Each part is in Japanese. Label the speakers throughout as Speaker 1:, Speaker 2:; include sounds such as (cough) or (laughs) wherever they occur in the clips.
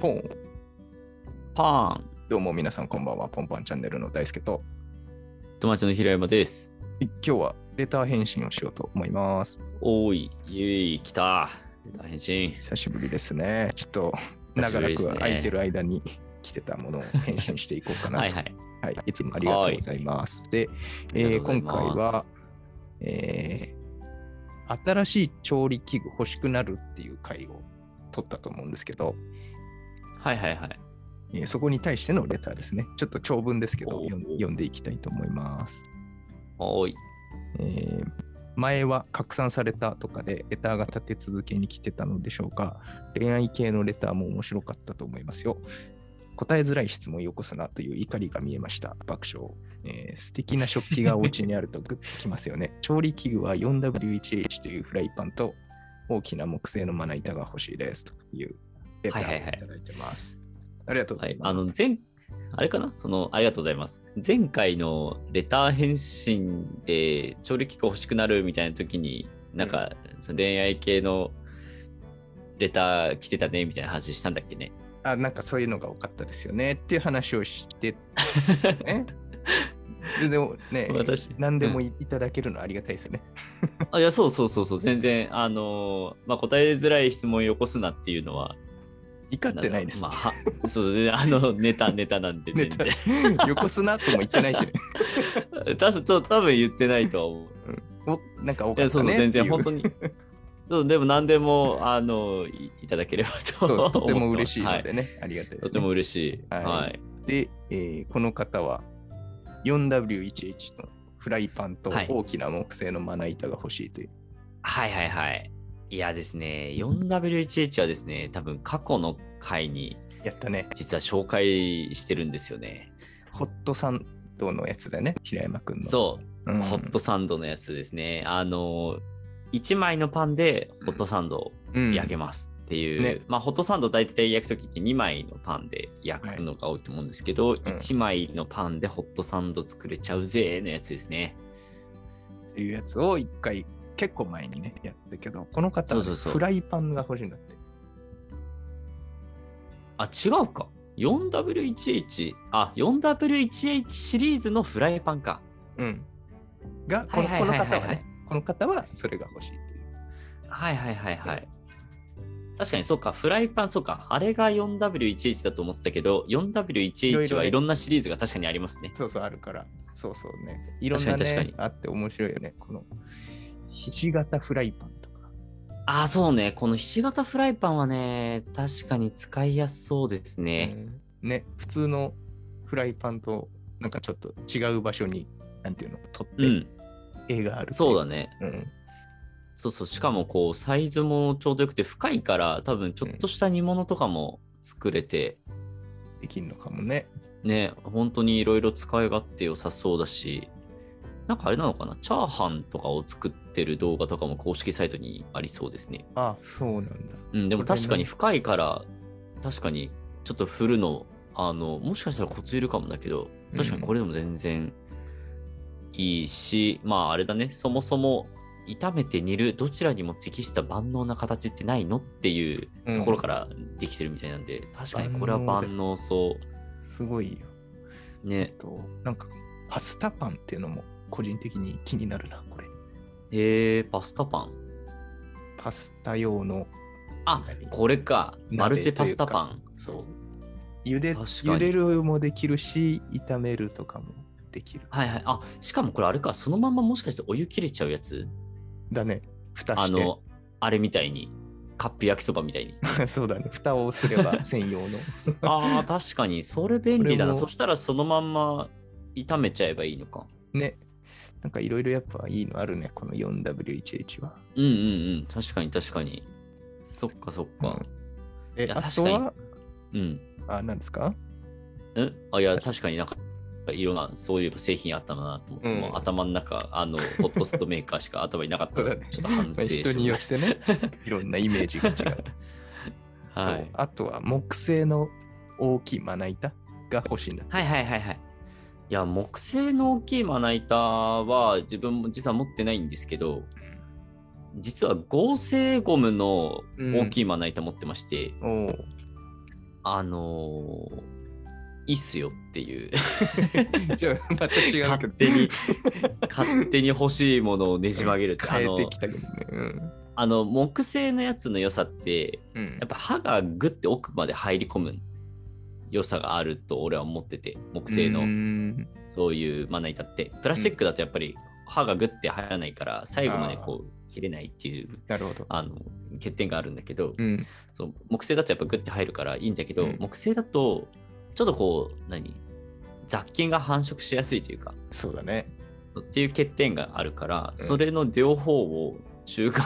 Speaker 1: ポン。
Speaker 2: パーン
Speaker 1: どうも皆さんこんばんは、ポンポンチャンネルの大輔と、
Speaker 2: 友達の平山です。
Speaker 1: い今日はレター返信をしようと思います。
Speaker 2: おーい、イエイ、来た。大変身。
Speaker 1: 久しぶりですね。ちょっと
Speaker 2: 久しぶ
Speaker 1: 長
Speaker 2: り
Speaker 1: ら
Speaker 2: です
Speaker 1: く
Speaker 2: ね
Speaker 1: 空いてる間に来てたものを返信していこうかな
Speaker 2: (laughs)
Speaker 1: と。
Speaker 2: はいはい。
Speaker 1: はい、いつもありがとうございます。で、え
Speaker 2: あり
Speaker 1: ー
Speaker 2: がとう
Speaker 1: 今
Speaker 2: ござ
Speaker 1: 回
Speaker 2: います
Speaker 1: は、えー新しい調理器具欲しくなるっていう回を取ったと思うんですけど、
Speaker 2: はいはいはい。
Speaker 1: えーそこに対してのレターですね。ちょっと長文ですけど、
Speaker 2: おー
Speaker 1: 読ん読んでいきたいと思います。
Speaker 2: おーい。
Speaker 1: えー前は拡散されたとかでレターが立て続けに来てたのでしょうか恋愛系のレターも面白かったと思いますよ答えづらい質問よこすなという怒りが見えました爆笑、えー素敵な食器がお家にあるとグッときますよ
Speaker 2: (laughs)
Speaker 1: ね調理器具は 4W1H というフライパンと大きな木製のまな板が欲しいですというレターをいただいてます、ありがとうご
Speaker 2: は
Speaker 1: ざい
Speaker 2: い、
Speaker 1: ます、
Speaker 2: あの、前、あれかなその、ありがとうございます。前回のレター返信で、調理器具欲しくなるみたいな時に、なんか、その恋愛系のレター来てたねみたいな話したんだっけね。
Speaker 1: あなんかそういうのが多かったですよねっていう話
Speaker 2: (laughs)
Speaker 1: をしてね。でもね、
Speaker 2: 私
Speaker 1: 何でもいいただけるのはありがたいですよね。
Speaker 2: あいやそうそうそうそう全然あのーまあ答えづらい質問をよこすなっていうのは
Speaker 1: 怒ってないです。
Speaker 2: んだろうまあはそうそうねあのネタネタなんで
Speaker 1: ネ
Speaker 2: 全
Speaker 1: タ
Speaker 2: 然
Speaker 1: よこすなとも言ってな
Speaker 2: (laughs)
Speaker 1: いしね。
Speaker 2: 多分そう多分言ってないとは思う
Speaker 1: おなんか多
Speaker 2: い
Speaker 1: か
Speaker 2: や
Speaker 1: った
Speaker 2: そう
Speaker 1: ね
Speaker 2: そう
Speaker 1: ってい
Speaker 2: 全
Speaker 1: う。
Speaker 2: 然本当にそうでも何でもあのいいただければと思
Speaker 1: そう
Speaker 2: って
Speaker 1: とても嬉しい
Speaker 2: は
Speaker 1: のでね、ありがたいです、ね。
Speaker 2: とても嬉しい
Speaker 1: は
Speaker 2: はいい、
Speaker 1: で、えーこの方は 4W1H のフライパンと
Speaker 2: はい
Speaker 1: 大きな木製のまな板が欲しいという。
Speaker 2: はいはいはいいやですね 4W1H はですね多分過去の回に
Speaker 1: やったね。
Speaker 2: 実は紹介してるんですよね
Speaker 1: ホットサンドのやつだよね、平山くんの。
Speaker 2: そう
Speaker 1: うん、
Speaker 2: ホットサンドのやつですね。あの、1枚のパンでホットサンドを
Speaker 1: うん
Speaker 2: 焼けますっていう、
Speaker 1: うんね
Speaker 2: まあ、ホットサンド大体焼くときって2枚のパンで焼くのが多いと思うんですけど、
Speaker 1: うん
Speaker 2: 1枚のパンでホットサンド作れちゃうぜのやつですね。
Speaker 1: っていうやつを一回結構前にねやったけどこの方はね
Speaker 2: そうそうそう
Speaker 1: フライパンが欲しいんだって
Speaker 2: あ、違うか。4W1H、あ、4W1H シリーズのフライパンか。
Speaker 1: うんがこの
Speaker 2: はい
Speaker 1: こ
Speaker 2: は
Speaker 1: の
Speaker 2: いはいはい
Speaker 1: 方はねこの方はそれが欲しいという
Speaker 2: はいはいはいはい。確かにそうか、フライパン、そうか、あれが 4W1H だと思ってたけど、
Speaker 1: いろい
Speaker 2: 4W1H
Speaker 1: ろ
Speaker 2: は
Speaker 1: ね
Speaker 2: いろんなシリーズが確かにありますね。
Speaker 1: そうそうあるからそうそうねいろんな
Speaker 2: 確かに
Speaker 1: ね
Speaker 2: 確
Speaker 1: あって面白いよねこのひし形フライパンとか
Speaker 2: ああ、そうね。このひし形フライパンはね、確かに使いやすそうですね。
Speaker 1: うんね普通のフライパンとなんかちょっと違う場所になんていうの取
Speaker 2: うん、
Speaker 1: って絵がある
Speaker 2: そうだ
Speaker 1: ね
Speaker 2: ね。
Speaker 1: うん
Speaker 2: そうそう。しかも、こう、サイズもちょうどよくて、深いから、多分、ちょっとした煮物とかも作れて、
Speaker 1: できんのかもね
Speaker 2: ね、本当にいろいろ使い勝手良さそうだし、なんかあれなのかな、チャーハンとかを作ってる動画とかも公式サイトにありそうですね。
Speaker 1: あそうなんだ
Speaker 2: うん、でも
Speaker 1: これね
Speaker 2: 確かに深いから、確かにちょっと振るの、あの、もしかしたらコツいるかもだけど、確かにこれでも全然いいし、まああれだね、そもそも炒めて煮る、どちらにも適した万能な形ってないのっていう
Speaker 1: うん
Speaker 2: ところからできてるみたいなんで、確かにこれは万能そ
Speaker 1: すごいよ
Speaker 2: う。ね
Speaker 1: えっ。と、なんかパスタパンっていうのも個人的に気になるな、これ。
Speaker 2: へえ、パスタパン。
Speaker 1: パスタ用の、
Speaker 2: あ、これか。
Speaker 1: 鍋
Speaker 2: マルチパスタパン。
Speaker 1: そう。茹で、
Speaker 2: 確かに
Speaker 1: 茹でるもできるし、炒めるとかもできる。
Speaker 2: はいはい。あ、しかもこれあれか。そのままもしかしてお湯切れちゃうやつ
Speaker 1: だね。蓋
Speaker 2: あ
Speaker 1: して。
Speaker 2: の、あれみたいに。カップ焼きそばみたい
Speaker 1: (laughs)
Speaker 2: に。
Speaker 1: そうだね。蓋をすれば専用の。 (laughs)
Speaker 2: ああ、確かに。それ便利だな。
Speaker 1: これ
Speaker 2: そ
Speaker 1: も
Speaker 2: したらそのまんま炒めちゃえばいいのか。
Speaker 1: ね。なんかいろいろやっぱいいのあるね、この 4W1H は。
Speaker 2: うんうんうん。確かに確かに。そっかそっか。
Speaker 1: え
Speaker 2: い、や
Speaker 1: あとは
Speaker 2: 確、うん。
Speaker 1: あ、なんですか
Speaker 2: うん、あ、いや、確かになんか。いろんなそういえば製品あったなと思って、
Speaker 1: うん
Speaker 2: もう頭の中あのホットストメーカーしか頭になかったので、ちょっと反省して
Speaker 1: 人によってね、
Speaker 2: (laughs)
Speaker 1: いろんなイメージが違う。
Speaker 2: は
Speaker 1: と
Speaker 2: い、
Speaker 1: あとは木製の大きいまな板が欲しいんだ。
Speaker 2: はいはいはいはい。いや、木製の大きいまな板は自分も実は持ってないんですけど、
Speaker 1: (laughs)
Speaker 2: 実は合成ゴムの大きいまな板持ってまして、
Speaker 1: おお。
Speaker 2: あのーいいっすよっていう
Speaker 1: じゃあまた違うけど
Speaker 2: 勝手に勝手に欲しいものをねじ曲げるってあ
Speaker 1: 変え
Speaker 2: の
Speaker 1: てきたけどね。うん。
Speaker 2: あの木製のやつの良さって
Speaker 1: うん
Speaker 2: やっぱ歯がグッて奥まで入り込む良さがあると俺は思ってて木製
Speaker 1: うー
Speaker 2: の
Speaker 1: ん
Speaker 2: そういうまな板ってプラスチックだとやっぱり歯がグッて入らないから最後までこう切れないっていう
Speaker 1: なるほど。
Speaker 2: あの欠点があるんだけど、
Speaker 1: うん。
Speaker 2: そう木製だとやっぱグッて入るからいいんだけど、
Speaker 1: うん
Speaker 2: 木製だとちょっとこう何雑菌が繁殖しやすいというか
Speaker 1: そうだね。
Speaker 2: そうっていう欠点があるから、
Speaker 1: うん
Speaker 2: それの両方を中間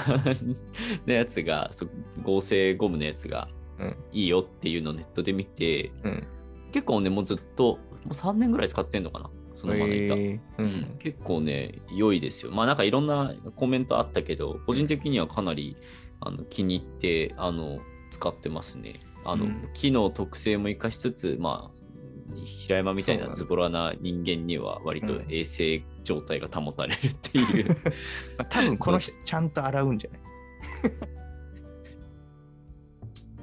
Speaker 2: のやつがそう合成ゴムのやつが
Speaker 1: うん
Speaker 2: いいよっていうのをネットで見て
Speaker 1: うん。
Speaker 2: 結構ねもうずっともう3年ぐらい使ってんのかなそのまな板、
Speaker 1: えーう
Speaker 2: うんん、。結構ね良いですよまあなんかいろんなコメントあったけど個人的にはかなりあの気に入ってあの使ってますねあの、
Speaker 1: うん
Speaker 2: 機能特性も生かしつつまあ平山みたい
Speaker 1: そうだ
Speaker 2: な
Speaker 1: ね
Speaker 2: ズボラな人間には割と衛生状態が保たれるっていう、
Speaker 1: (laughs) まあ、多分この
Speaker 2: (laughs)
Speaker 1: 人ちゃんと洗うんじゃない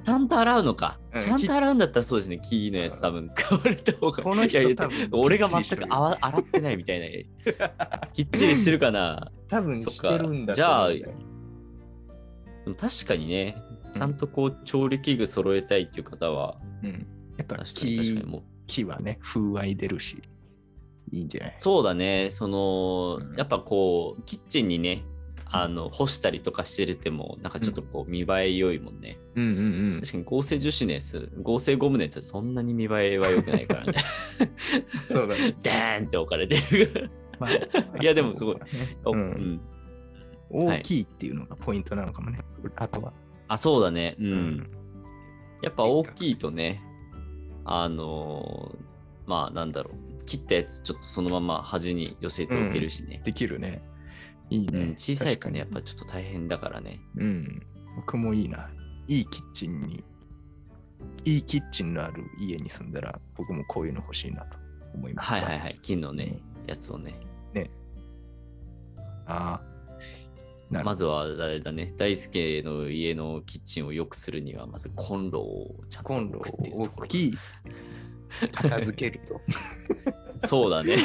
Speaker 2: ちゃんと洗うのか、
Speaker 1: うん
Speaker 2: ちゃんと洗うんだったらそうですねキーのやつ多分買われた方が
Speaker 1: この人
Speaker 2: いやいや
Speaker 1: 多分
Speaker 2: 俺が
Speaker 1: きっち
Speaker 2: 全く
Speaker 1: りしてる
Speaker 2: あわ洗ってないみたいな
Speaker 1: (laughs)
Speaker 2: きっちりしてるかな
Speaker 1: 多分してるんだ
Speaker 2: そっか
Speaker 1: と思うんだよ
Speaker 2: でも確かにね
Speaker 1: ん
Speaker 2: ちゃんとこう調理器具揃えたいっていう方は、
Speaker 1: うん、やっぱ
Speaker 2: 確かに確かに
Speaker 1: 木
Speaker 2: もう
Speaker 1: 木はね風合い出るしいいんじゃない
Speaker 2: そうだねその、
Speaker 1: うん
Speaker 2: やっぱこうキッチンにねあの干したりとかしてるてもなんかちょっとこう見栄え良いもんね、
Speaker 1: うんうんうん
Speaker 2: 確かに合成樹脂のやつ合成ゴムのやつはそんなに見栄えは良くないからね
Speaker 1: (laughs) そうだね、
Speaker 2: ダーンって置かれてる
Speaker 1: まあ、
Speaker 2: (laughs) いやでもすごいお
Speaker 1: う
Speaker 2: うんん
Speaker 1: 大きいっていうのがポイントなのかもねあとは
Speaker 2: あそうだねうん、
Speaker 1: うん
Speaker 2: やっぱ大きいとねあのーまあなんだろう切ったやつちょっとそのまま端に寄せておけるしね、
Speaker 1: できるねいい
Speaker 2: うん
Speaker 1: ね、
Speaker 2: 小さいと
Speaker 1: 確か
Speaker 2: ね
Speaker 1: に
Speaker 2: やっぱちょっと大変だからね
Speaker 1: うん僕もいいないいキッチンにいいキッチンのある家に住んだら僕もこういうの欲しいなと思いました
Speaker 2: はいはいはい金のねやつをね
Speaker 1: ああなるほど
Speaker 2: まずはあれだね大輔の家のキッチンを良くするにはまずコンロをちゃんと
Speaker 1: コンロ
Speaker 2: 置くっていう
Speaker 1: を
Speaker 2: ところ
Speaker 1: 大きい片
Speaker 2: (laughs)
Speaker 1: 付けると
Speaker 2: そうだ
Speaker 1: (laughs)
Speaker 2: ね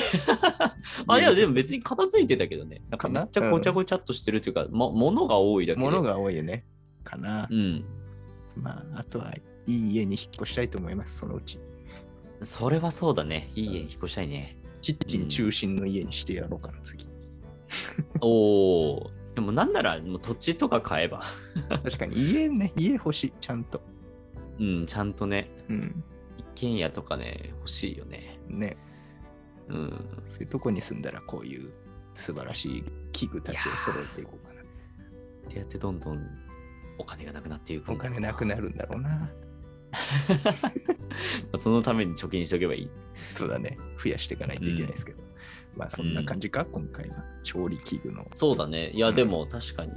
Speaker 2: あいやでも別に片付いてたけどねなんかめっち
Speaker 1: かな
Speaker 2: ゃごちゃごちゃっとしてるというか、も物が多いだけで
Speaker 1: 物が多いよねかな
Speaker 2: うん
Speaker 1: まああとはいい家に引っ越したいと思いますそのうち
Speaker 2: それはそうだねいい家に引っ越したいね、
Speaker 1: キッチン中心の家にしてやろうかな次
Speaker 2: おおでもなんならもう土地とか買えば
Speaker 1: 確かに家ね家欲しいちゃんと
Speaker 2: うんちゃんとね
Speaker 1: うん
Speaker 2: 一軒家とかね欲しいよね
Speaker 1: ね
Speaker 2: うん
Speaker 1: そういうとこに住んだらこういう素晴らしい器具たちを揃えていこうかな
Speaker 2: ってやってどんどんお金がなくなっていく
Speaker 1: お
Speaker 2: んだろ
Speaker 1: 金
Speaker 2: う
Speaker 1: なくなるんだろうな
Speaker 2: (laughs) そのために貯金しとけばいい
Speaker 1: そうだね増やしていかないといけないですけど、まあそんな感じか、今回は調理器具の
Speaker 2: そうだねいやでも確かに、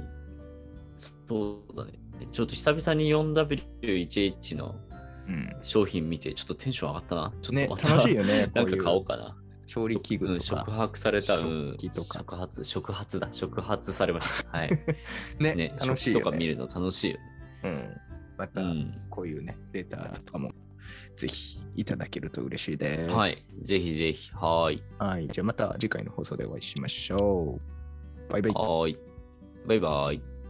Speaker 2: そうだねちょっと久々に 4W11 の
Speaker 1: うん
Speaker 2: 商品見てちょっとテンション上がったなちょっ
Speaker 1: ね
Speaker 2: とまた、
Speaker 1: 楽しいよねこ
Speaker 2: (laughs) なん
Speaker 1: うい
Speaker 2: か
Speaker 1: う
Speaker 2: 買おうかな
Speaker 1: 調理器具と
Speaker 2: うん
Speaker 1: か、
Speaker 2: 触発された、うん
Speaker 1: 食、器とか
Speaker 2: 触発触発だ触発されました
Speaker 1: (laughs)
Speaker 2: はい
Speaker 1: ね
Speaker 2: ね、
Speaker 1: 楽しいよ、
Speaker 2: 食
Speaker 1: ね、
Speaker 2: 器とか見るの楽しいよね。
Speaker 1: うん、また
Speaker 2: うん。
Speaker 1: こういうね、レターとかもぜひいただけると嬉しいです。
Speaker 2: はい。、ぜひぜひ。はーい。
Speaker 1: はい、じゃあまた次回の放送でお会いしましょう。バイバイ。
Speaker 2: はーい。バイバイ。